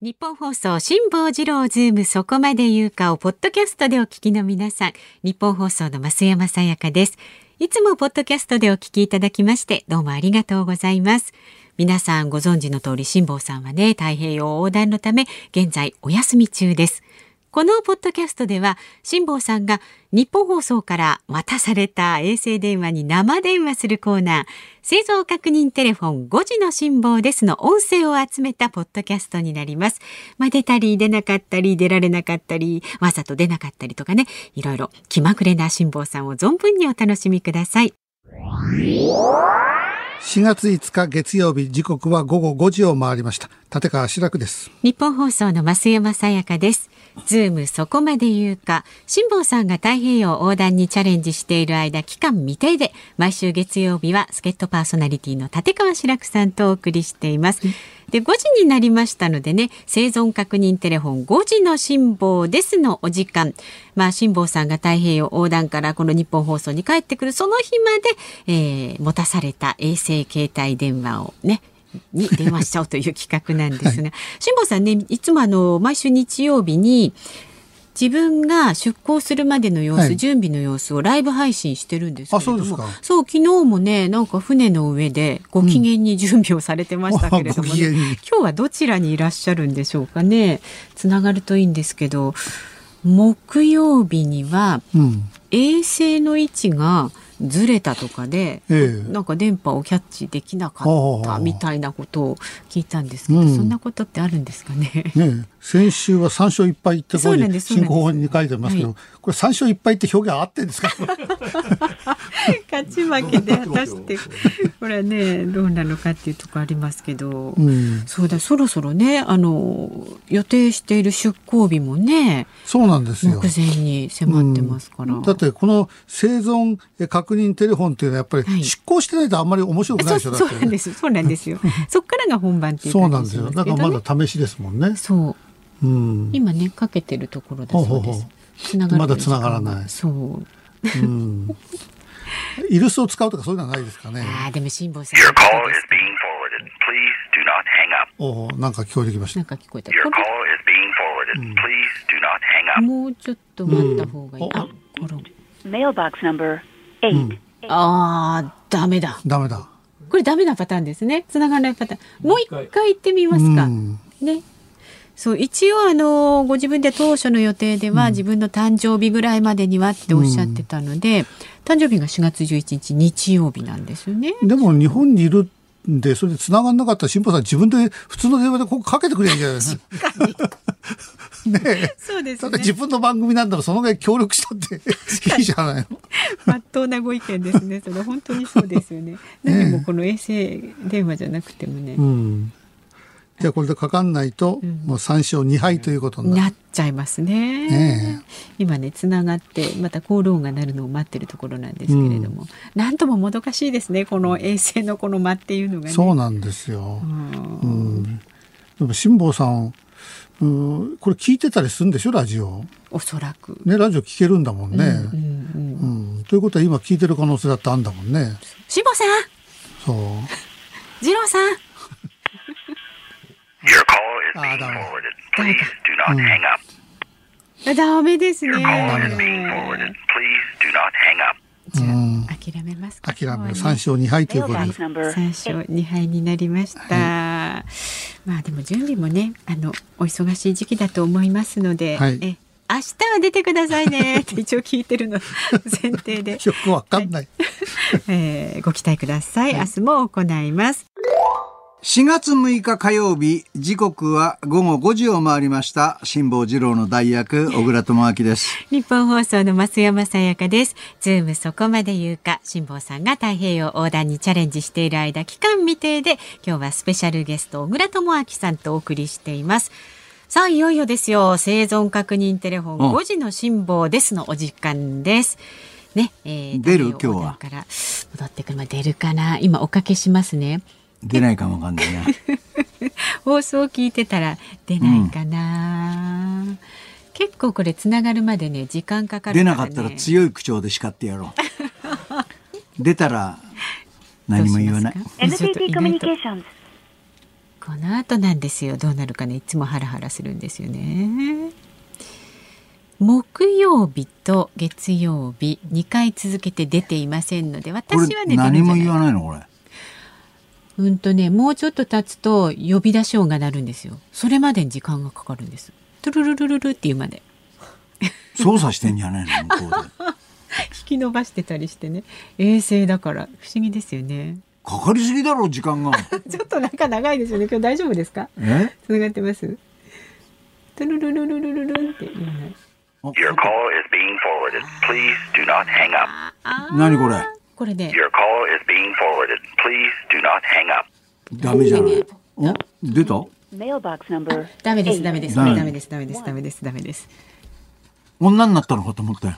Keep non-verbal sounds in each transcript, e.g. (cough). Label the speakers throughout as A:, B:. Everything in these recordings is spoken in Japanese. A: 日本放送辛坊治郎ズームそこまで言うかをポッドキャストでお聞きの皆さん日本放送の増山さやかですいつもポッドキャストでお聞きいただきましてどうもありがとうございます皆さんご存知の通り辛坊さんはね太平洋横断のため現在お休み中ですこのポッドキャストでは辛坊さんが日本放送から渡された衛星電話に生電話するコーナー製造確認テレフォン5時の辛坊ですの音声を集めたポッドキャストになります。まあ、出たり出なかったり出られなかったりわざと出なかったりとかねいろいろ気まぐれな辛坊さんを存分にお楽しみください。
B: 4月5日月曜日時刻は午後5時を回りました立川志らくです
A: 日本放送の増山さやかです。ズームそこまで言うか、辛坊さんが太平洋横断にチャレンジしている間、期間未定で、毎週月曜日は助っ人パーソナリティの立川志らくさんとお送りしています。で、5時になりましたのでね、生存確認テレフォン5時の辛坊ですのお時間。まあ、辛坊さんが太平洋横断からこの日本放送に帰ってくるその日まで、えー持たされた衛星携帯電話をね、に電話しちゃおうという企画なんですが、辛坊さんねいつもあの毎週日曜日に自分が出航するまでの様子、
B: はい
A: 準備の様子をライブ配信してるんですけれども
B: あそうですか
A: そう昨日もねなんか船の上でご機嫌に準備をされてましたけれども、ね
B: うん (laughs) ご機嫌に
A: 今日はどちらにいらっしゃるんでしょうかねつながるといいんですけど木曜日には
B: うん
A: 衛星の位置がずれたとかで
B: ええ
A: なんか電波をキャッチできなかったみたいなことを聞いたんですけど、
B: うん
A: そんなことってあるんですか
B: (laughs)
A: ね。
B: ねえ先週は3勝1敗ってこ
A: そううなん
B: に
A: ですそうなんです
B: 進行法に書いてますけど、
A: は
B: これ3勝1敗って表現合って
A: (laughs)
B: んですか
A: 勝ち負けで果たしてこれはね (laughs) どうなのかっていうとこありますけど、
B: うん
A: そうだそろそろねあの予定している出航日もね
B: そうなんです
A: 目
B: よ
A: 前に迫ってますから。
B: だってこの生存確認テレフォンっていうのはやっぱ
A: は
B: り
A: い
B: 出航してないとあんまり面白くない
A: そう
B: でし
A: そ
B: ょ、
A: う
B: だっ
A: な
B: て
A: んですそうなんですよ。そっからが本番っていう
B: そうな
A: 感
B: んで
A: じ
B: す
A: しま
B: よ
A: すけ
B: だ
A: ど
B: か
A: ね。
B: らまだ試しですもんね
A: そう
B: うん、
A: 今ねかけてるところだそう
B: ほう
A: で
B: ほう
A: す
B: ほ。
A: 繋がる
B: まだ繋がらない
A: そう。
B: うん、イルスを使うとかそういうのはないですかね
A: ああでも辛坊さん。
C: Your call is being forwarded. Please do not hang up.
B: おおなんか聞こえてきました
A: なんか聞こえた。こ
C: Your call is being forwarded. Please do not hang up.
A: れもうちょっと待った方がいい。
B: うん
A: あ、コロン。
D: Mailbox number eight.
A: あーダメだ。
B: ダメだ
A: これダメなパターンですね。繋がらないパターン。もう一回行ってみますか。
B: うん
A: ね。そう一応あのご自分で当初の予定では自分の誕生日ぐらいまでにはっておっしゃってたので、誕生日が4月11日日曜日なんですよね。
B: でも日本にいるんで、それで繋がんなかったら、辛坊さん自分で普通の電話でここかけてくれるんじゃないですか。ねえ。
A: そうで
B: だって自分の番組なんだろう、そのぐらい協力したっていいじゃないの。
A: まっとうなご意見ですね。それ本当にそうですよ
B: (laughs)
A: ね。何もこの衛星電話じゃなくてもね。
B: うん。じゃあこれでかかんないと、もう3勝2敗ということになる。
A: なっちゃいますね。
B: ね
A: 今ねつながってまたコール音が鳴るのを待ってるところなんですけれども、なんとももどかしいですねこの衛星のこの間っていうのがね。
B: そうなんですよ。
A: うん
B: うん。でも辛坊さん、うん、これ聞いてたりするんでしょ、ラジオ。
A: おそらく。
B: ね、ラジオ聞けるんだもんね。
A: うんうん
B: うんということは今聞いてる可能性だってあんだもんね。
A: 辛坊さん、
B: そう。
A: 次郎さん、
C: Your call is
B: Ah,
C: being
B: damn.
C: forwarded.
A: Damn it.
C: Please do not hang up. Hmm.
A: あダメですね。
C: Call is being forwarded. Please do not hang up.
A: じゃあ
B: うん
A: 諦めますか。
B: 諦める。3
A: 今日はね
B: 勝2敗ということで
D: Mailbox。number
A: 三勝二敗になりました。まあでも準備もね、あのお忙しい時期だと思いますので、
B: はい
A: え明日は出てください
B: (laughs)
A: ねって一応聞いてるの前提で、
B: よくわかんない。
A: (laughs) えーご期待ください。明日も行います。
E: 4月6日火曜日、時刻は午後5時を回りました。辛坊治郎の代役、小倉智昭です。
A: 日本放送の増山さやかです。ズームそこまで言うか、辛坊さんが太平洋横断にチャレンジしている間、期間未定で、今日はスペシャルゲスト、小倉智昭さんとお送りしています。さあ、いよいよですよ。生存確認テレフォン
E: うん
A: 5時の辛坊ですのお時間です。ね、えー
E: 出る
A: 太平洋横断から戻ってくる、まあ、出るかな。今おかけしますね。
E: 出ないかもわかんない
A: (laughs)
E: な。
A: 放送を聞いてたら出ないかな。結構これつながるまでね時間かかる
E: 出
A: から、
E: な
A: ね、
E: かったら強い口調で叱ってやろう。出たら何も言わな
A: (laughs)
E: い。
A: どうしますか
D: NTT
A: ちょっと意外と
D: Communications
A: この後なんですよどうなるかねいつもハラハラするんですよね木曜日と月曜日2回続けて出ていませんので
E: これ
A: 私はね出る
E: 何
A: んじゃ
E: も
A: ない
E: 言わないのこれ。 (laughs)
A: うんとねもうちょっと経つと呼び出し音が鳴るんですよそれまでに時間がかかるんですトゥルルルルルっていうまで
E: 操作してんじゃねえの向こうで。
A: 引き伸ばしてたりしてね衛星だから不思議ですよね
E: かかりすぎだろ
A: (laughs)
E: 時間が。
A: ちょっとなんか長いですよね今日大丈夫ですか
E: え？
A: つながってますトゥルルルルルルルンって言わない
E: あ
C: Your call is being forwarded. Please do not hang up.
A: あー
E: 何これ
A: これね
C: Your call is being forwarded. Please do not hang up.
E: ダメじゃない。お出た？
D: Mailbox number
A: ダメです
D: eight.
A: ダメです
E: ダメ
A: ダメですダメですダメですダメです
E: 女になったのかと思ったよ。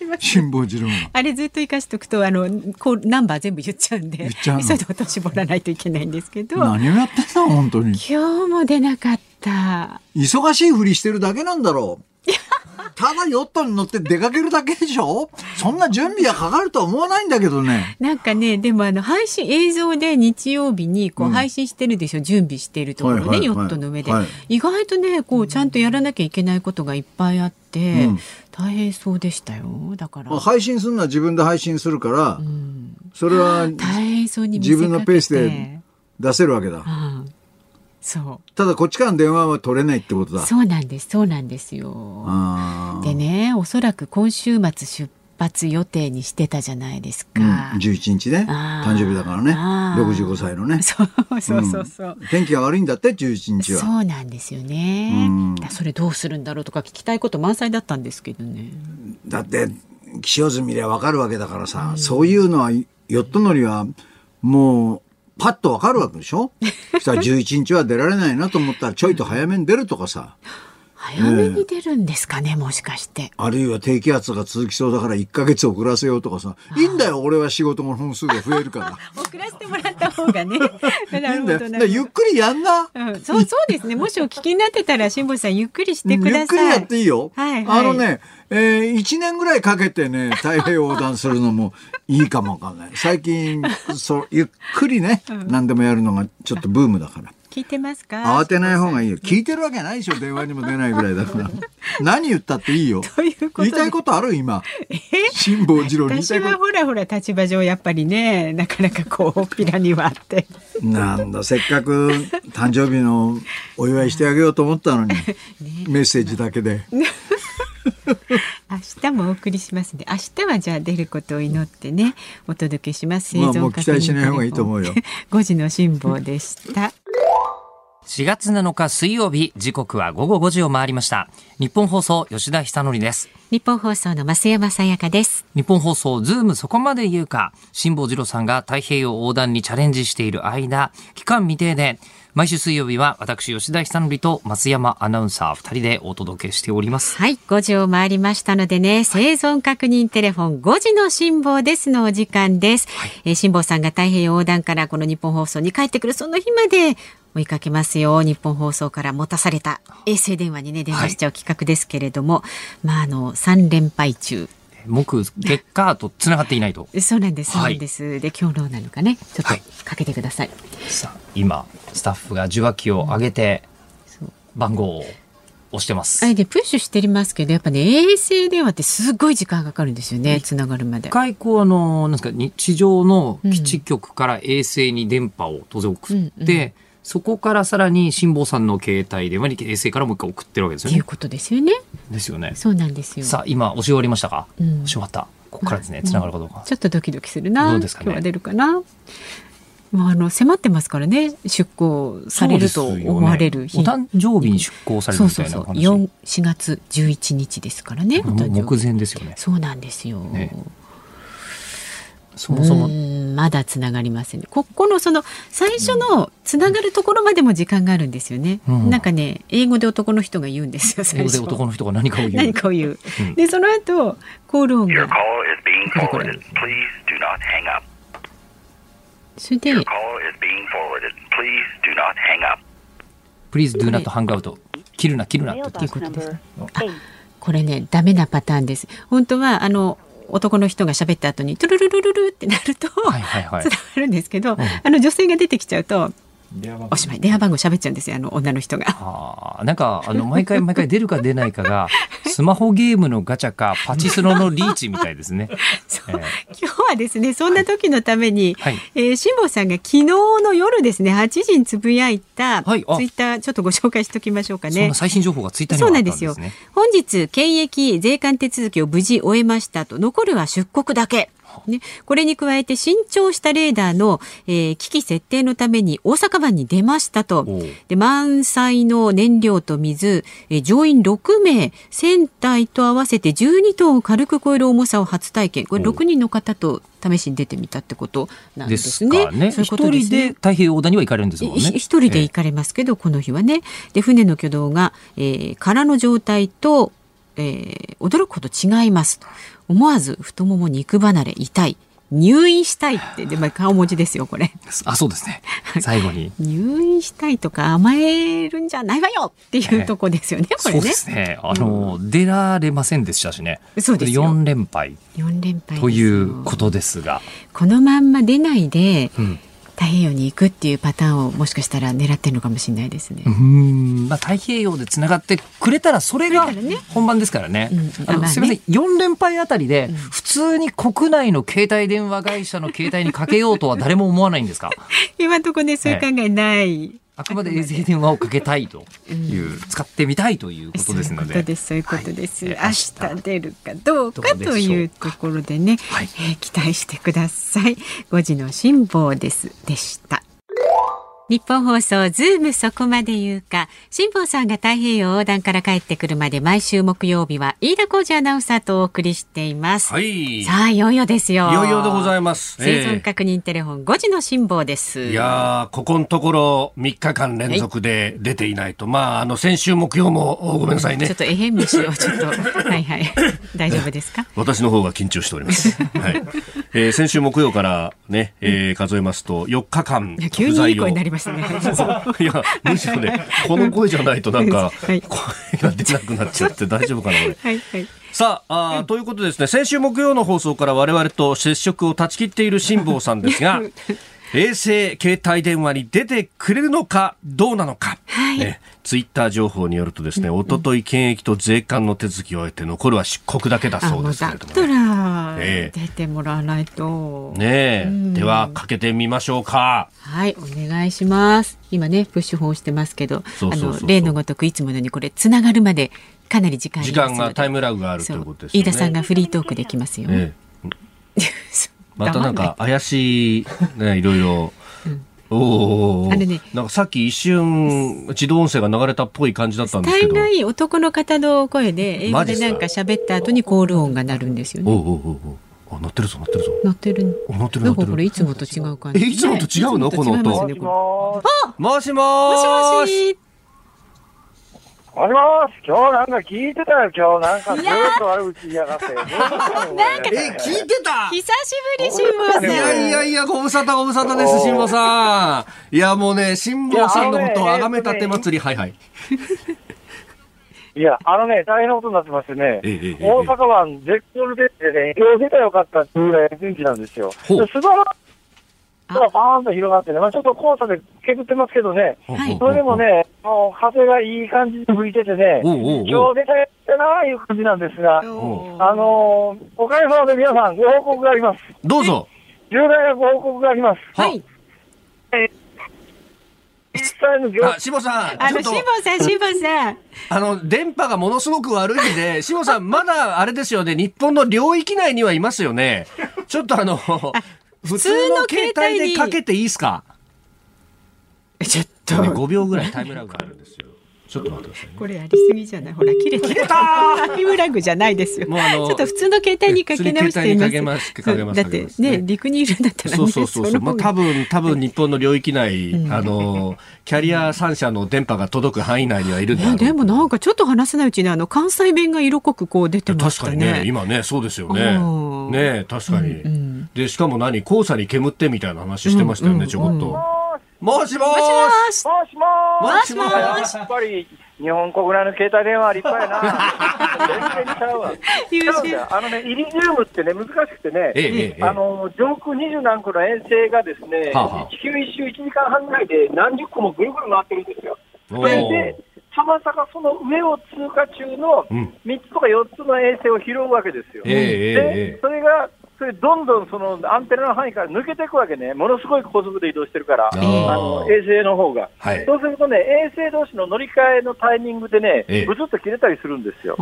A: 違います
E: 辛抱二郎が。
A: あれずっと生かしとくとあのこうナンバー全部言っちゃうんで
E: 言っち
A: (laughs)
E: ゃうの
A: 急いでお年絞らないといけないんですけど今
E: 何をやってんだ本当に。
A: 日も出なかった
E: 忙しいふりしてるだけなんだ
A: (laughs)
E: ろう。ただヨットに乗って出かけるだけでしょそんな準備がかかるとは思わないんだけどね。
A: なんかねでもあの配信映像で日曜日にこう配信してるでしょ、準備してるところね、
E: はいはいはい
A: ヨットの上で、
E: はい
A: 意外とねこうちゃんとやらなきゃいけないことがいっぱいあって、
E: うん
A: 大変そうでしたよだから、
E: 配信するのは自分で配信するから、
A: うん、
E: それは
A: 大変そうに見せ
E: 自
A: かけて
E: 分のペースで出せるわけだ
A: う。ん、そ
E: ただこっちからの電話は取れないってこと
A: う
E: だ。
A: そうなんですそうなんですよ
E: あ
A: でねおそらく今週末出発予定にしてたじゃないです
E: ーう
A: か、
E: ん、11日ね
A: あー
E: 誕生日だからね
A: あー
E: 65歳のね
A: (laughs) そうそうそうそう、
E: ん天気が悪いんだって11日は
A: そうなんですよね
E: うん。
A: だそれどうするんだろうとか聞きたいこと満載だったんですけどね。
E: だって気象図見りゃわかるわけだからさ、そういうのはヨット乗りはもうパッとわかるわけで
A: (laughs)
E: しょそしたら11日は出られないなと思ったらちょいと早めに出るとかさ
A: 早めに出るんですかね、もしかして。
E: あるいは低気圧が続きそうだから1ヶ月遅らせようとかさいいんだよ俺は仕事の本数が増えるか
A: 送らせてもらった方が (laughs) ね。(laughs)
E: ら
A: ない
E: い
A: る
E: ん
A: ほ
E: だ
A: ど
E: よだ
A: な
E: からゆ
A: る
E: っ
A: ほ
E: くりやんな
A: ど。うん、そうそうですね。もしお聞きになってたら、辛坊さんゆっくりしてく
E: ゆ
A: だ
E: っくり
A: さ
E: や
A: い。
E: っていいよ。
A: はいはい
E: あのね、えー、1年ぐらいかけて
A: (laughs)
E: ね、太平洋横断するのもいいかもわかんない。
A: (laughs)
E: 最近、そう、ゆっくりね、何でもやるのがちょっとブームだから。
A: 聞いてますか。
E: 慌てない方がいいよ。聞いてるわけないでしょ、電話にも出ないぐらい
A: (laughs)
E: だから。何言ったっていいよ。
A: ということで
E: 言いたいことある今。辛坊治郎に言いた
A: 私
E: いこ
A: は
E: と。
A: ほらほら立場上やっぱりねなかなかこうおっぴらにはあって
E: なんだ、せっかく誕生日のお祝いしてあげようと思った
A: (laughs)
E: のに、メッセージだけで。
A: 明日もお送りしますんで明日はじゃあ出ることを祈ってねお届けします
E: まあもう期待しない方がいいと思うよ
A: 5時の辛抱で
E: (laughs)
A: した
F: 4月7日水曜日、時刻は午後5時を回りました。日本放送、吉田久典です。
A: 日本放送の増山さやかです
F: 日本放送、ズームそこまで言うか、辛坊二郎さんが太平洋横断にチャレンジしている間、期間未定で、毎週水曜日は私、吉田久典と松山アナウンサー2人でお届けしております。
A: はい5時を回りましたのでね生存確認テレフォン5時の辛抱ですのお時間です、えー辛坊さんが太平洋横断からこの日本放送に帰ってくるその日まで追いかけますよ日本放送から持たされた衛星電話にね電話しちゃう企画ですけれども、まああの3連敗中
F: 木、月火と繋がっていないと。
A: そうなんです。そう
F: はい
A: なんです。で、今日どうなのかね、ちょっ
F: はい
A: とかけてください。
F: さあ今、スタッフが受話器を上げて、番号を押してます。
A: あれでプッシュしてますけど、やっぱね、衛星電話ってすごい時間がかかるんですよね。繋がるまで
F: 一。回こうあのなんですかに地上の基地局から衛星に電波を当然送って、
A: うんうん
F: そこからさらに辛坊さんの携帯電話に衛星からもう一回送ってるわけです
A: っ
F: よ
A: てい
F: ね
A: う。ことですよね。
F: ですよね。
A: そうなんですよ。
F: さあ今押し終わりましたか、
A: うん
F: 押し終わったここからですね
A: まあ
F: 繋がるかどうか。
A: ちょっとドキドキするな。
F: どうですかね
A: 今日は出るかな。まあ、あの迫ってますからね。出航されると思われる日。
F: そうですよねお誕生日に出航される
A: そう
F: み
A: そ
F: た
A: う
F: い
A: そ
F: な
A: う。
F: 感じ。
A: 4、4月11日ですからね。お
F: もう
A: 誕生日
F: 目前ですよね。
A: そうなんですよ。
F: ねそもそうも
A: ーんまだつながりません、ここのその最初のつながるところまでも時間があるんですよね、
F: うん
A: なんかね英語で男の人が言うんですよ最
F: 英語
A: 初
F: で男の人が何かを言う。
A: 何かを言う、
F: うん
A: でその後コール音
C: Your
A: が
C: call is being
A: Correct.
C: forwarded. Please do not hang up.
A: それで
C: Your call is being forwarded. Please do not hang up.
F: Please do not hang out. 切るな切るなって言って。
A: いう
D: Mailbox
A: ことです
D: number
A: あ
D: eight.
A: これねダメなパターンです本当はあの男の人が喋った後にトゥルルルルルってなると、
F: いはいはい
A: つながるんですけど、あの女性が出てきちゃうとおしまい電話番号喋っちゃうんですよあの女の人が。
F: あーなんかあの毎回毎回出るか出ないかがスマホゲームのガチャかパチスロのリーチみたいですね。
A: そう
F: え
A: 今日はですねそんな時のために、
F: はい
A: えー辛坊さんが昨日の夜ですね8時につぶやいたツ
F: は
A: イ
F: いあ
A: ッターちょっとご紹介しておきましょうか
F: そ
A: (laughs)
F: ん
A: ね
F: な。最新情報がツイッターに
A: そ
F: も
A: う
F: あ
A: な
F: っ
A: んで
F: たん
A: す
F: で
A: よ
F: すね。
A: 本日検疫税関手続きを無事終えましたと残るは出国だけ。ね、これに加えて新調したレーダーの、えー機器設定のために大阪湾に出ましたと
F: おう
A: で満載の燃料と水、えー乗員6名船体と合わせて12トンを軽く超える重さを初体験これ
F: おう
A: 6人の方と試しに出てみたってことなん
F: で
A: ですすね。
F: かね。
A: そう
F: 一
A: いうことです
F: 人
A: ね
F: で太平洋横断には行かれるんですもんね。
A: い一人で
F: ええ
A: 行かれますけど、この日はねで船の挙動が、えー空の状態と、えー驚くほど違いますと思わず太もも肉離れ痛い入院したいってで、まあ、顔文字ですよこれ
F: あ、そうですね。最後に。
A: 入院したいとか甘えるんじゃないわよってい
F: ええ
A: うとこですよね、こ
F: そ
A: れ
F: うで
A: ね
F: すね。あの、出られませんでしたしね。
A: そうですよ
F: 4連敗
A: 4連敗ですよ
F: ということですが。
A: このまんま出ないで
F: うん
A: 太平洋に行くっていうパターンをもしかしたら狙ってるのかもしれないですね
F: うー。んまあ、太平洋でつながってくれたらそれが
A: だからね
F: 本番ですからね
A: うん。
F: あの
A: まあね
F: すみません4連敗あたりで普通に国内の携帯電話会社の携帯にかけようとは誰も思わないん (laughs) ですか
A: 今のところねそういう考えない。
F: あくまで衛星電話をかけたいという、使ってみたいということですの
A: そういうこと
F: で
A: です。そういうことです。
F: はいえー
A: 明日出るかどうか
F: ど
A: と
F: うでしょうか
A: いうところでね、
F: はい
A: えー期待してください。5時の辛抱です。でした。日本放送ズームそこまで言うか辛坊さんが太平洋横断から帰ってくるまで毎週木曜日は飯田浩二アナウンサーとお送りしています、
G: い
A: さあいよいよですよ
G: いよいよでござい
A: ま
G: ます。
A: 生存
G: ええ
A: 確認テレフォン5時の辛坊です
G: いやーここのところ3日間連続で出ていないと、まあ、あの先週木曜もおごめんなさい
A: ちょっ
G: ね、
A: とえへん虫をちょっ
G: (laughs)
A: とはいはい大丈夫ですか
G: 私の方が緊張してお
A: (laughs)
G: ります。はいえー先週木曜から、ねえー数えますと、4日間
A: 急にい
G: 不
A: い
G: 在を、
A: 声になりましたね
G: (laughs) いや、むしろね、この声じゃないと、なんか、
A: (laughs) はい
G: 声が出なくなっちゃって、大丈夫かな、これ。
A: はいはい
G: さああー、ということでですね、先週木曜の放送から我々と接触を断ち切っている辛坊さんで
A: (laughs)
G: すが、衛星携帯電話に出てくれるのかどうなのか、ね、ツイッター情報によるとですね、おととい検疫と税関の手続きを終えて残るは出国だけだ
A: あ
G: そ
A: も
G: うで
A: う
G: すけれ
A: だ
G: ども
A: った
G: ね。
A: ら
G: ええ
A: 出てもらわないと、
G: ねえ、ではかけてみましょうか。
A: はいお願いします今ねプッシュホンしてますけど
G: そうそうそう
A: あ
G: そう
A: の例のごとくいつものようにこれつながるまでかなり時間あり
G: 時
A: ますの
G: 間
A: で
G: がタイムラグがあると
A: そ
G: いううことですよ
A: 飯
G: ね。
A: 田さんがフリートークできますよ、
G: ええまたなんか怪しい、ね、いろいろ。おーおーおー
A: あのね
G: なんかさっき一瞬自動音声が流れたっぽい感じだったんです
A: 大
G: けど。
A: 概男の方の声で英語
G: マジ
A: で
G: っ
A: す
G: か
A: なんか喋った後にコール音が鳴るんですよ
G: お
A: ね
G: うおうおうおうあ、鳴ってるぞ、鳴ってるぞ。
A: 鳴ってる
G: お鳴ってる
A: な
G: 鳴
A: んか
G: っ
A: これ
G: てる。
A: いつもと違う感じ、
G: え、いつもと違うの
A: いつ
G: こ
A: も
G: の
A: と違います
G: 音
A: ね。これ
H: も
G: もしも
A: もしも
G: ーし
A: し
H: しもし、今日なんか聞いてたよ、今日なんかずっと悪口言いやがって。なんか、
E: え、聞いてた
A: 久しぶり辛坊さん
H: い
G: いやいやいや、ご無沙汰ご無沙汰です、辛坊さん。いや、もうね、辛坊さんのことをあがめたて祭り、はいはい。
H: いや、あのね、大変なことになってますね。
G: ええええええ
H: 大阪湾絶好出てね、今日出たらよかったっていうぐらい元気なんですよ。
G: ほう
H: で素晴らしい。バーンと広がってね、まあちょっと交差でけぐってますけどね、
A: はい
H: それでもね、もう風がいい感じに吹いててね、
G: おうおうお
H: 今
G: う。
H: 日出たやったなあいう感じなんですが、
G: お
H: あのー、おかげさまで皆さん、ご報告があります。
G: どうぞ。
H: 重大なご報告があります。
A: はい
H: 実際の業
G: あ、辛坊さん、
A: あ
G: ちょ
A: の
G: っ
A: 辛
G: と
A: 坊。さん辛坊さん
G: あの、電波がものすごく悪い
A: (laughs)
G: んで、志保さん、まだあれですよね、日本の領域内にはいますよね。ちょっとあの、普通の携帯でかけていいですか
A: ちょっ
G: ね
A: と、
G: ?5 秒ぐらいタイムラグがあるんですよ。ちょっと待ってくだ
A: (laughs)
G: さいね。
A: これありすぎじゃないほら切れたタイムラグじゃないですよ
G: もうあの
A: ちょっと普通の携帯にかけ直しています
G: 普通に携帯にかけますかけます
A: だ
G: か
A: っ
G: け
A: て
G: ます
A: ね
G: ね
A: 陸にいるんだったらね
G: そうそうそうそう、
A: の方
G: まあ、
A: が
G: 多分多分日本の領域内、あのキャリア3社の電波が届く範囲内にはいるんだろう
A: ねでもなんかちょっと話せないうちにあの関西弁が色濃くこう出てまし
G: 確
A: た
G: か
A: ね
G: にね今ねそうですよね
A: うん
G: ね確かに、でしかも何黄砂に煙ってみたいな話してましたよ
A: う
G: ね、
A: んうん
G: ちょこっと、もしもーし
H: もしもーし
G: もしもーし
H: やっぱり、日本国内の携帯電話は立派やな。全然ちゃうわ。
A: 優
H: ちゃうんだ
A: 秀。
H: よあのね、イリジウムってね、難しくてね、
G: ええええええ
H: あの上空二十何個の遠征がですね、
G: はあはあ
H: 地球一周1時間半ぐらいで何十個もぐるぐる回ってるんですよ。
G: おー
H: それで、たまたまその上を通過中の
G: ん
H: 3つとか4つの衛星を拾うわけですよ。
G: ええええ
H: で、それが、それどんどんそのアンテナの範囲から抜けていくわけね、ものすごい高速で移動してるから、
G: あ
H: あ
G: ー
H: の衛星の方が、
G: はい
H: そうするとね、衛星同士の乗り換えのタイミングでね
G: ええ、
H: ぶつっと切れたりするんですよ。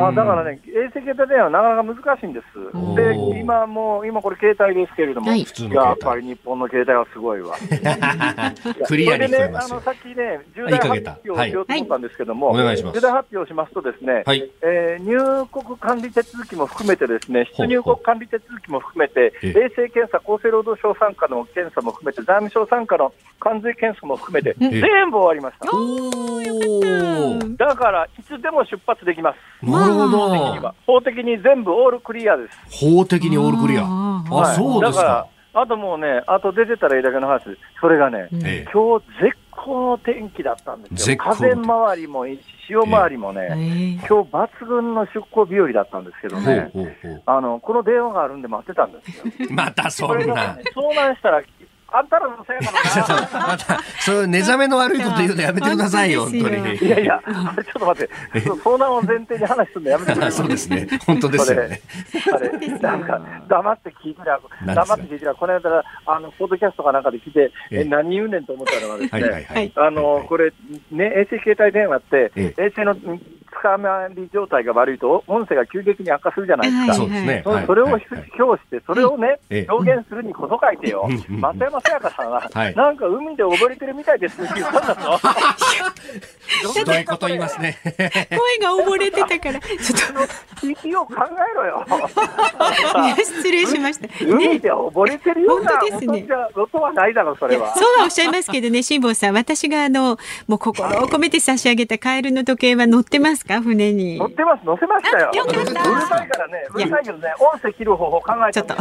H: あだからね、衛星携帯電話はなかなか難しいんです。
G: おー
H: で、今もう、今これ携帯ですけれども、
A: はい
G: 普通の携帯
H: やっぱり日本の携帯はすごいわ。
G: (laughs) クリアに聞こ
H: それ
G: え
H: でね、
G: ま
H: あ
G: す
H: の
G: よ。
H: さっきね、重
G: いい
H: 大
G: か
H: 発
G: げた
H: 表をしようと思ったんですけども、
G: はいお願いします
H: 重大発表をしますとですね、
G: はい。
H: えー入国管理手続きも含めてですね、
G: ほう
H: 出入国管理手続きも含めて、
G: え
H: 衛生検査、厚生労働省参加の検査も含めて、財務省参加の関税検査も含めて、
G: え
H: 全部終わりました。
G: おー
H: だから、いつでも出発できます。
G: なるほ
H: 今
G: ど。
H: 法的に全部オールクリアです。
G: 法的にオールクリア。
A: あ
G: あ、そうですか
H: だか。ら、あともうね、あと出てたらいいだけの話です。それがね、
G: ええ
H: 今日絶好の天気だったんですよ。
G: 絶好の
H: 風回りもいいし、潮回りもね、
A: え
H: 今日抜群の出航日和だったんですけど
G: ほ
H: ね
G: う、ほうほう。
H: あの、この電話があるんで待ってたんですよ。
G: またそ
H: これ
G: ん
H: が
G: な
H: ね。、遭難したら、あんたらのせいかもな。
G: (laughs) また、そういう目覚めの悪いこと言うのやめてくださいよ、本
A: 本
G: 当
A: 当で
G: に
A: す。
H: いやいや、あれちょっと待って、その遭難を前提に話するのやめてくれ
G: (laughs)
H: る
G: そうですね。本当ですよね。
H: あれ、なんか、黙って聞いてり
G: な
H: ゃ、
G: んですか
H: 黙って聞いてりゃ、この間、あの、ポッドキャストかなんかで聞いて、
G: ええ
H: え、何言うねんと思ったのはです
G: はいはい
H: ね、
G: はい。
H: あの、これ、ね、衛星携帯電話って、
G: え
H: 衛星のんつかまり状態が悪いと、音声が急激に悪化するじゃないですか。
G: そうですね。
H: そ
G: はい
H: それを
G: はい
H: 表して、それをね
G: ええ、
H: 表現するにこそ書いてよ
G: うんう。ん
H: 松山さやかさんは
G: はい、
H: なんか海で溺れてるみたいですって言ったんだぞ。
G: ひ (laughs) どいこと言い
H: (laughs)
G: ますね。
A: 声が溺れてたから、ちょっ
H: TPO 考えろ
G: (laughs)
H: よ。
A: (laughs) と、いや失礼しま
H: (laughs)
A: した。
H: 海
A: ね。
H: で溺れてるような
A: 本当ですね
H: 音じゃ、音はないだろ、それは。
A: そうはおっしゃいますけどね、 (laughs) 辛坊さん、私があの、もう心を込めて差し上げたカエルの時計は乗ってますか、船に
H: 乗。ってます、乗せましたよ。
A: あよかった
H: うるさいからね、うるさいけどね、音声切る方法考えて
A: ちょっ
H: と。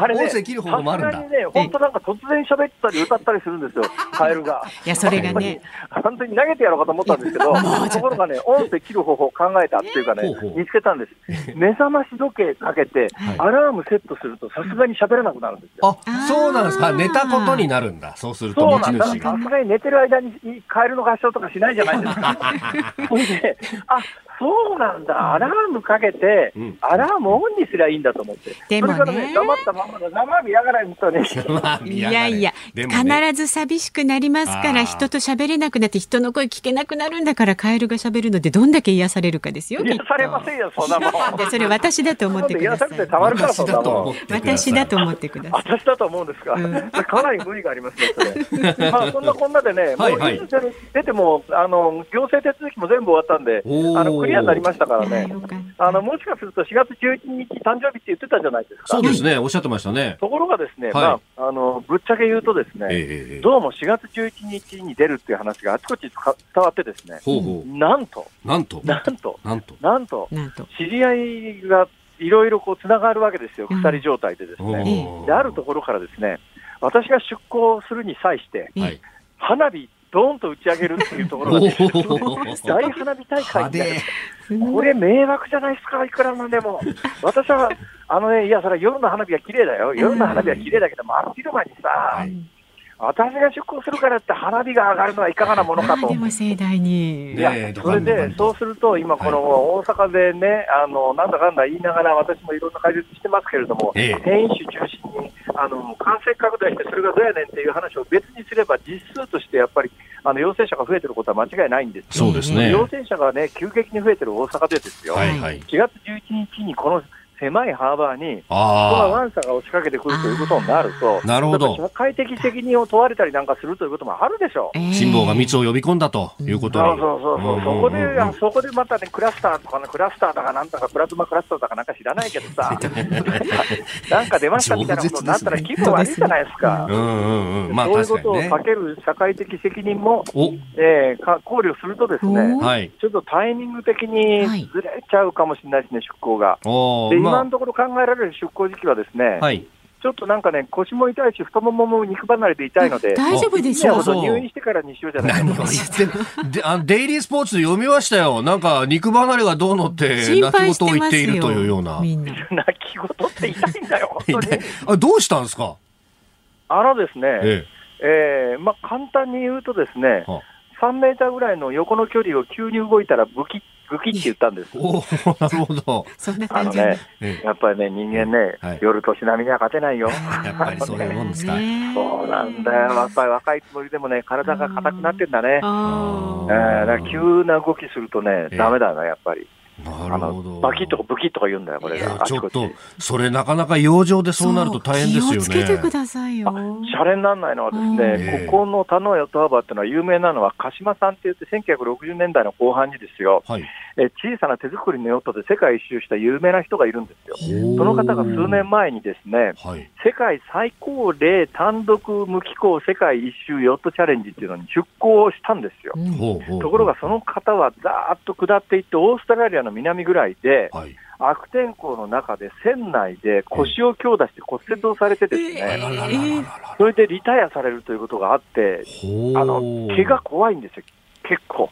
H: あれね、
G: 音声切る方法もあるんだ
H: さすがにね、本当なんか突然喋ったり歌ったりするんですよ、カエルが。
A: いや、それがね、
H: 本当に投げてやろうかと思ったんですけど、ところがね、音声切る方法を考えたっていうかね
G: ほうほう、
H: 見つけた
A: (laughs)
H: んです。目覚まし時計かけて、
G: い
H: アラームセットすると、さすがに喋らなくなるんですよ。
G: あ、そうなんですか。寝たことになるんだ。そうすると、
H: そう
G: 持
H: な
G: ち
H: んだ。さ
G: 主
H: (laughs) すが
G: が。
H: に寝てる間にカエルの合唱とかしないじゃないで
G: (laughs)
H: すか。それで、あ、そうなんだ。アラームかけて
G: うん、
H: アラームオンにすりゃいいんだと思って。
A: でもね
H: それからね、黙ったままの生身やがらにとね、
G: まあ
A: い
G: 見上が
A: や
G: れ
A: いや、
G: でも
A: 必
G: ね
A: ず寂しくなりますか
G: あー
A: ら、人と喋れなくなって、人の声聞けなくなるんだから、カエルが喋るので、どんだけ癒されるかですよ、きっ
H: 癒
A: と。
H: されませんよ、そんなもん。
A: いやそれ私だと思
H: そんな
A: っ
H: ん
A: て
H: で
A: くだ
H: 癒さ
A: さ
H: れて
A: い。
H: たまるか、
G: 私
H: そんな
G: だと
H: も
G: 思
H: ん
G: っ。てください。
A: 私だと思ってください。
H: 私だと思うんですが、かなり無理がありますね、それ。まあ、そんなこんなでね、も
G: はいうはい
H: いつ出ても、あの、行政手続きも全部終わったんで、
G: おー
H: あの、クリアになりましたから
A: あ
H: ね
A: ー。よかった
H: あの、もしかすると4月11日誕生日って言ってたじゃないですか。
G: そうですね。おっしゃってましたね。
H: ところがですね、
G: はい
H: まあ、あの、ぶっちゃけ言うとですね、
G: ええええ。
H: どうも4月11日に出るっていう話があちこちか伝わってですね、
G: ほうほ
H: なんと、
G: う。なんと。
H: なんと、
G: なんと。
H: なんと、
A: なんと。
H: 知り合いがいろいろこう繋がるわけですよ、
A: うん
H: 鎖状態でです
G: お
H: ね。
G: ー
H: で、あるところからですね、私が出航するに際して、
G: はい。
H: 花火、ドーンと打ち上げるっていうところが、
G: お
H: ね、
G: ー
H: 大花火大会
G: 派
H: になる
G: 手。
H: これ迷惑じゃないですか、いくらなんで
G: (laughs)
H: も。私は、あのね、いや、それは夜の花火は綺麗だよ。夜の花火は綺麗だけど、真っ昼間にさ、
G: い
H: 私が出航するからって花火が上がるのはいかがなもの
A: あ
H: か
A: ー
H: と
A: で。も盛大に。
G: ね
H: い
G: え
H: や、それ
G: ドカンドカン
H: で、
G: と
H: そうすると、今、この大阪でね、あの、なんだかんだ言いながら、私もいろんな解説してますけれども、
G: ええ
H: 変異種中心に、あの、感染拡大して、それがどうやねんっていう話を別にすれば、実数としてやっぱり、あの、陽性者が増えてることは間違いないんですよ
G: そうですね。
H: 陽性者がね、急激に増えてる大阪でですよ、
G: はいはい。
H: 4月11日にこの狭いハーバーに、人が
G: あ
H: ワンサが押しかけてくるということになると、
G: なるほど
H: やっぱ社会的責任を問われたりなんかするということもあるでしょう。
G: あ。辛抱が
A: 密
G: 密を呼び込んだということ
H: そう
G: に。
H: そうそうそう、そこ
G: う
H: で
G: んうんうん、
H: そこでまたね、クラスターとかのクラスターだかなんだか、プラズマクラスターだかなんか知らないけど
G: (laughs)
H: さ、なんか出ましたみたいなことになったら気分悪いじゃないですか。
G: うんうんうん。まあ
H: そういう
G: 確
H: こ
G: か
H: とを
G: にね。
H: 避ける社会的責任も、
G: お、
H: えーか考慮するとですね
A: お、
G: はい。
H: ちょっとタイミング的に
A: はい
H: ずれちゃうかもしれないですね、出航が。
G: お
H: で
G: ー、
H: 今
G: ま
H: のところ考えられる出航時期はですね、
G: あ、はい。
H: ちょっとなんかね、腰も痛いし、太ももも肉離れで痛いので、
A: 大丈夫でし
H: いや
A: ょ
H: ほ
A: う。
H: ど入院してからにしようじゃない
G: 何
H: か
G: を
H: と
G: 言ってるであのデイリースポーツで読みましたよ。なんか肉離れがどうのって
A: 心
G: 泣き
A: 配し
G: 言を
A: て
G: 言
A: ま
G: っ
A: す
G: ている
A: よ。
G: というような。
A: みんな。
H: 泣き言って痛いんだよ、
G: (laughs)
H: 本当に。
G: あどうしたんですか、
H: あのですね、
G: え
H: えーまあ、簡単に言うとですね
G: は、
H: 3メーターぐらいの横の距離を急に動いたら、ブキッ、ブキッって言ったんです
G: え、。おおなるほど、
A: そんな
H: あ
A: 感
H: の
A: じ。
H: ね、
G: え
H: やっぱりね、人間ね、
G: はい
H: 夜年並みには勝てないよ。
G: え、 (laughs) やっぱりそういうもんですか、
A: ね
H: (laughs) そうなんだよ、やっぱり若いつもりでもね、体が硬くなってんだね。
A: ああ。
H: えー、だから急な動きするとね
G: え、え
H: ダメだな、やっぱり。
G: な
H: あ
G: るほ
H: の
G: ど
H: バキッとかブキッとか言うんだよ、これ
G: いや
H: が。あ
G: ちょっ
H: こと
G: それなかなか養生でそうなると大変です
A: 気
G: よね
A: をつけてくださいよ。
H: シャレにならないのはです
G: うん
H: ね、ここの田野横幅っていうのは有名なのは、鹿島さんって言って、1960年代の後半にですよ、
G: はい
H: え小さな手作りのヨットで世界一周した有名な人がいるんですよ。そ
G: そ
H: の方が数年前にですね、
G: はい
H: 世界最高齢単独無寄港世界一周ヨットチャレンジっていうのに出港したんですよ。
A: うん
G: ほうほう
H: ところがその方はざーっと下っていって、オーストラリアの南ぐらいで、
G: はい
H: 悪天候の中で船内で腰を強打して骨折をされてですね、
A: え
G: あらららら
A: え
H: それでリタイアされるということがあって、
G: ほう
H: あの毛が怖いんですよ、結構。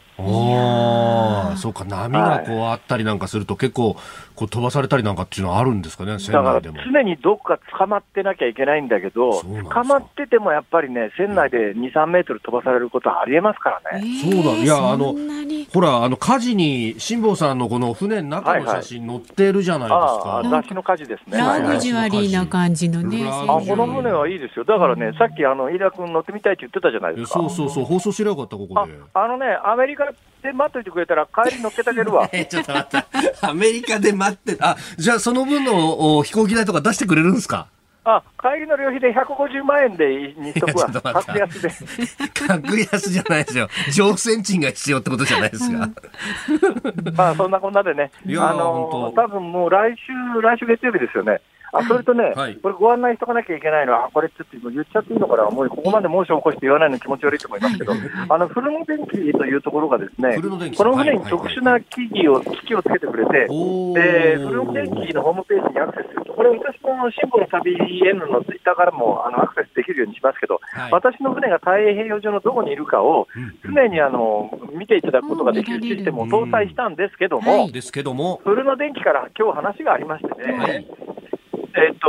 G: ああそうか波がこうあったりなんかすると結構こう飛ばされたりなんかっていうのはあるんですかね船
H: だから
G: 内でも
H: 常にどっか捕まってなきゃいけないんだけど、
G: そうなんですか
H: 捕まっててもやっぱりね、船内で2、3メートル飛ばされることはありえますからね。
G: そうだいやあの
A: そんなに
G: ほらあの火事に辛坊さんのこの船の中の写真載ってるじゃないで
H: ああ、
G: すか、
H: 雑誌の火事ですね。
A: ラ
H: はいは
A: グ
H: い
A: ジュアリーな感じのね。
G: ラ
H: あ
G: グジュアリー
H: この船はいいですよ、だからね、さっきあの飯田君乗ってみたいって言ってたじゃない
G: い
H: で
G: や
H: すか。
G: そうそうそう放送しればよかったここ
H: あ
G: で。
H: あのね、アメリカで待っといてくれたら、帰り乗っけてあげるわ
G: えちょっと待 (laughs) った。アメリカで待ってあ、じゃあその分のお飛行機代とか出してくれるんです (laughs) か
H: あ帰りの旅費で150万円でにしとくわ、
G: (laughs) いやちょっと待って
H: 格安で。
G: 格安じゃないですよ。乗船賃が必要ってことじゃないですか。
H: まあそんなこんなでね、
G: いやー
H: あの
G: 本
H: ー
G: 当
H: 多分もう来週、来週月曜日ですよね。あそれとね、
G: はい
H: これご案内しとかなきゃいけないのは、あこれちょっと今言っちゃっていいのかな、もうここまでモーション起こして言わないの気持ち悪いと思いますけど、あの、古野電機というところがですね、
G: 古野電機
H: この船
G: は
H: に
G: いはい
H: 特
G: はい
H: 殊な機器を、機器をつけてくれて、
G: おー
H: で、古野電機のホームページにアクセスすると、これ私も辛抱の旅 N のツイッターからもあのアクセスできるようにしますけど、
G: はい
H: 私の船が太平洋上のどこにいるかを常にあの見ていただくことができるシステムを搭載したんですけども、
A: はい
G: ですけども、
H: フルの電気から今日話がありましてね、
G: はい
H: えっと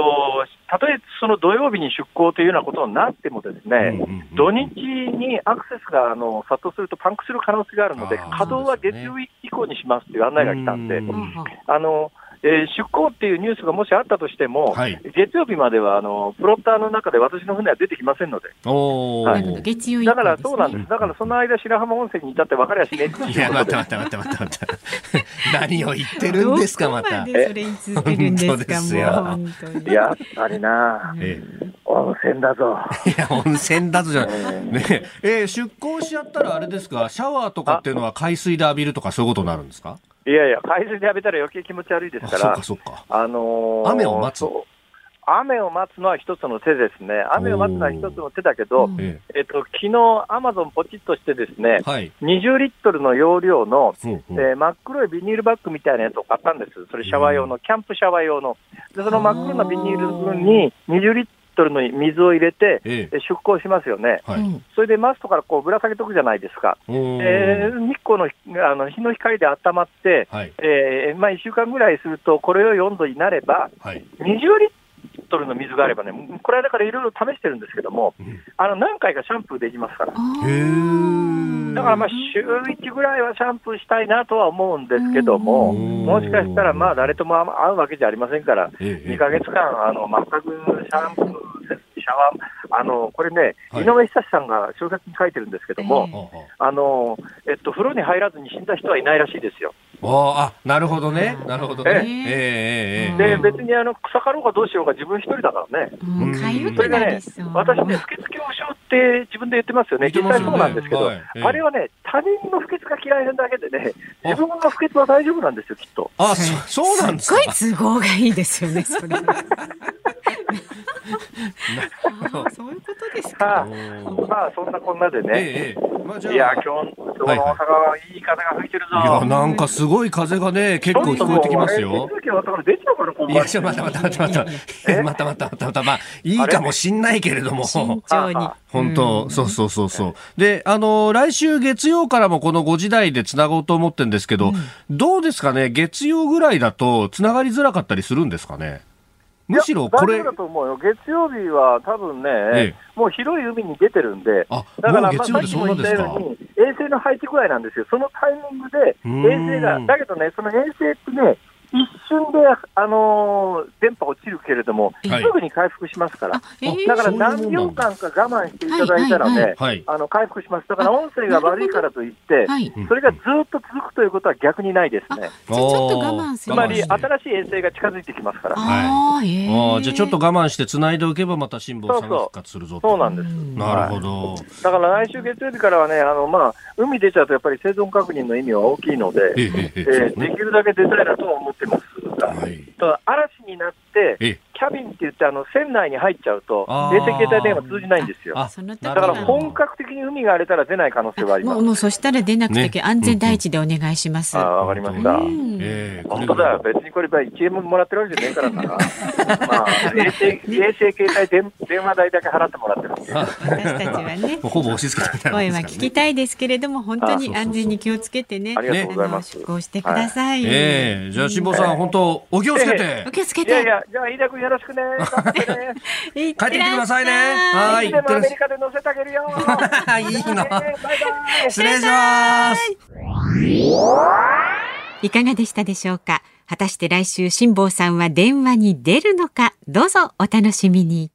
H: たとえその土曜日に出航というようなことになってもですね、
G: うんうんうん
H: 土日にアクセスがあの殺到するとパンクする可能性があるので、
G: あー
H: 稼働は月曜日以降にしますという案内が来たんで、
G: うん
A: うん
H: あのえー出航っていうニュースがもしあったとしても、
G: はい
H: 月曜日まではあのプロッターの中で私の船は出てきませんので、
G: お
H: は
A: なるほど
G: ー
A: 月曜以降
H: だからそうなん
A: で
H: です、だからその間、白浜温泉にいたって分かりゃしねえって
G: い
H: い
G: や、
H: うこと
G: 待
H: で
G: っ。て待って待って待って待 (laughs) って。何を言って
A: す
G: るんですか、ま
A: ど
G: た。
A: こま
G: え
A: でそれ言い続けるんですか、
G: え本当ですよ
A: もう本当に。
H: やっぱりな、
G: え
H: 温泉だぞ。
G: いや、温泉だと
H: (laughs)
G: じゃん。ねえ、えー出航しちゃったらあれですか、シャワーとかっていうのは海水で浴びるとかそういうことになるんですか
H: いやいや、海水で浴びたら余計気持ち悪いです
G: あ、
H: か
G: そっ
H: ら、
G: かそっか。
H: あのー
G: 雨を待つ
H: そう雨を待つのは一つの手ですね、雨を待つのは一つの手だけど、
G: え
H: えっと昨日アマゾンポチッとして、ですね
G: え、はい。
H: 20リットルの容量の、
G: うんうん
H: えー真っ黒いビニールバッグみたいなやつを買ったんです、それ、シャワー用の、キャンプシャワー用の、でその真っ黒なビニールに20リットルの水を入れて、
G: ええ
H: え出港しますよね、
G: は
A: う
G: い。
A: ん
H: それでマストからこうぶら下げとくじゃないですか、
G: おー
H: えー日光のあの日の光で温まって、
G: はい。
H: えーまあ、1週間ぐらいすると、これを4度になれば、
G: はい。
H: 20リットルの水があればね、これはだからいろいろ試してるんですけども、
G: ん
H: あの何回かシャンプーできますから、
A: あ
G: へ
A: ー
G: ー
H: だからまあ週1ぐらいはシャンプーしたいなとは思うんですけども、
G: うん
H: もしかしたらまあ誰とも会うわけじゃありませんから、
G: ええ
H: 2ヶ月間、あの全くシャンプー、シャワー、あのこれね、
G: はい
H: 井上久志さんが小説に書いてるんですけども、
A: ええ
G: あ
H: あのえっと、風呂に入らずに死んだ人はいないらしいですよ。
G: ああ、なるほどね。なるほどね。え
H: ええ
G: ええええ
H: で、
G: え
H: 別にあの草刈ろうがどうしようが自分一人だからね。
A: もう痒
H: そ
A: く
H: れが
A: な
H: ね
A: りそう。、
H: 私ね、不潔恐怖症って自分で言ってますよね。
G: 言
H: 実
G: ってますよね
H: 際そうなんですけど、
G: はいええ
H: あれはね、他人の不潔が嫌いなだけでね、
G: あ
H: 自分の不潔は大丈夫なんですよ、きっと。
G: あ、そそうなんです
A: す
G: か
H: (laughs)
A: ごい。都合がいいですよね、それ。ああそういうことですか。
H: は
G: お
H: い
G: ー
H: まあそんなこんなでね、
G: ええええまあじゃあ
H: いや今日今日の大阪はいい風が吹いてるぞ。
G: いや、なんかすごい風がね、結構聞こえてきますよ
H: ちょ。っともうあれ手続き終わったから出ちゃうか
G: (laughs)
H: ら、今
G: いや、ちょ、またまたまたまた。 (laughs) えまたまたまたまた。まあ、いいかもしんないけれども。
A: 慎重に。
G: 本当、そうそうそうそう。で、あのー来週月曜からもこの5時台でつなごうと思ってるんですけど、どうですかね、月曜ぐらいだとつながりづらかったりするんですかね。むしろこ
H: い
G: れ
H: や大丈夫だ、と思うよ。月曜日は多分ね、
G: え
H: もう広い海に出てるんで、
G: あ
H: だから、
G: もう
H: まあ、
G: 月曜
H: さっ
G: 日
H: き
G: そ
H: も
G: うな
H: 言
G: ん
H: っ
G: で
H: た
G: すか
H: ように、衛星の配置具合なんですよ、そのタイミングで、
G: うーん
H: 衛星が、だけどね、その衛星ってね、一瞬で、あのー電波落ちるけれども、
G: はい
H: すぐに回復しますから
A: あ、、ええ
H: だ
G: そ
H: から
G: ういうもんなんだ
H: 何秒間か我慢していただいたら
A: は
H: ね、
A: いはい
G: はい
H: あの回復します、だから音声が悪いからといって、
A: はい。
G: うん
H: それがずっと続くということは逆にないですね。
A: じゃあちょっと我慢す
H: つ
A: る。
G: あー
H: まり
G: 我慢して
H: 新しい衛星が近づいてきますから。
A: ああ、ええ
G: ああ、じゃあちょっと我慢して繋いでおけばまた辛抱さんが復活するぞと
H: そうなんです。
G: なるほど。
H: だから来週月曜日からはね、あのまあ、海出ちゃうとやっぱり生存確認の意味は大きいので、
G: え
H: え
G: えええええ
H: ーできるだけ出たいなとは思ってますが、
G: はい
H: ただ嵐になって、
G: ええ
H: キャビンって言って、あの船内に入っちゃうと
G: あ、ー
H: 衛星携帯電話通じないんですよ。
G: あ
A: その時
G: な
H: だ
G: る
H: か
G: ほど
H: ら本格的に海が荒れたら出ない可能性はありま
A: もう
H: す。
A: もうそしたら出なくて、
G: ね
A: 安全第一でお願いします。
H: あーわかりました。
A: うん
G: ええこれ
H: 本当だよ、別にこれ、1円ももらってるわけじゃね
G: (laughs)
H: えからな。まあ、衛星衛星携帯電電話代だけ払ってもらってるんで。
A: 私たち
G: (laughs)
A: はね。
G: ほぼ押し付けたみたいなも
A: 声
G: んです
A: は
G: からね
A: 聞きたいですけれども、本当に安全に気をつけてね、
H: ありがとうございます
A: あの出航してください。
G: ええじゃあ辛抱さん、本当お気をつけ
A: (laughs)
G: て
A: お。気をつけ
H: い
A: て。
H: やいや、じゃあ、飯田君よろしくね。頑張ってね。
A: いっらっ
G: 帰っ
A: てし
G: き
A: ゃ
G: てくださいね。 (laughs) はいい。
H: つでもアメリカで乗せてあげるよ。
G: (laughs)
F: (laughs)
G: あ、いいの。
H: バイバイ。
G: 失礼します。
A: いかがでしたでしょうか果たして来週辛坊さんは電話に出るのかどうぞお楽しみに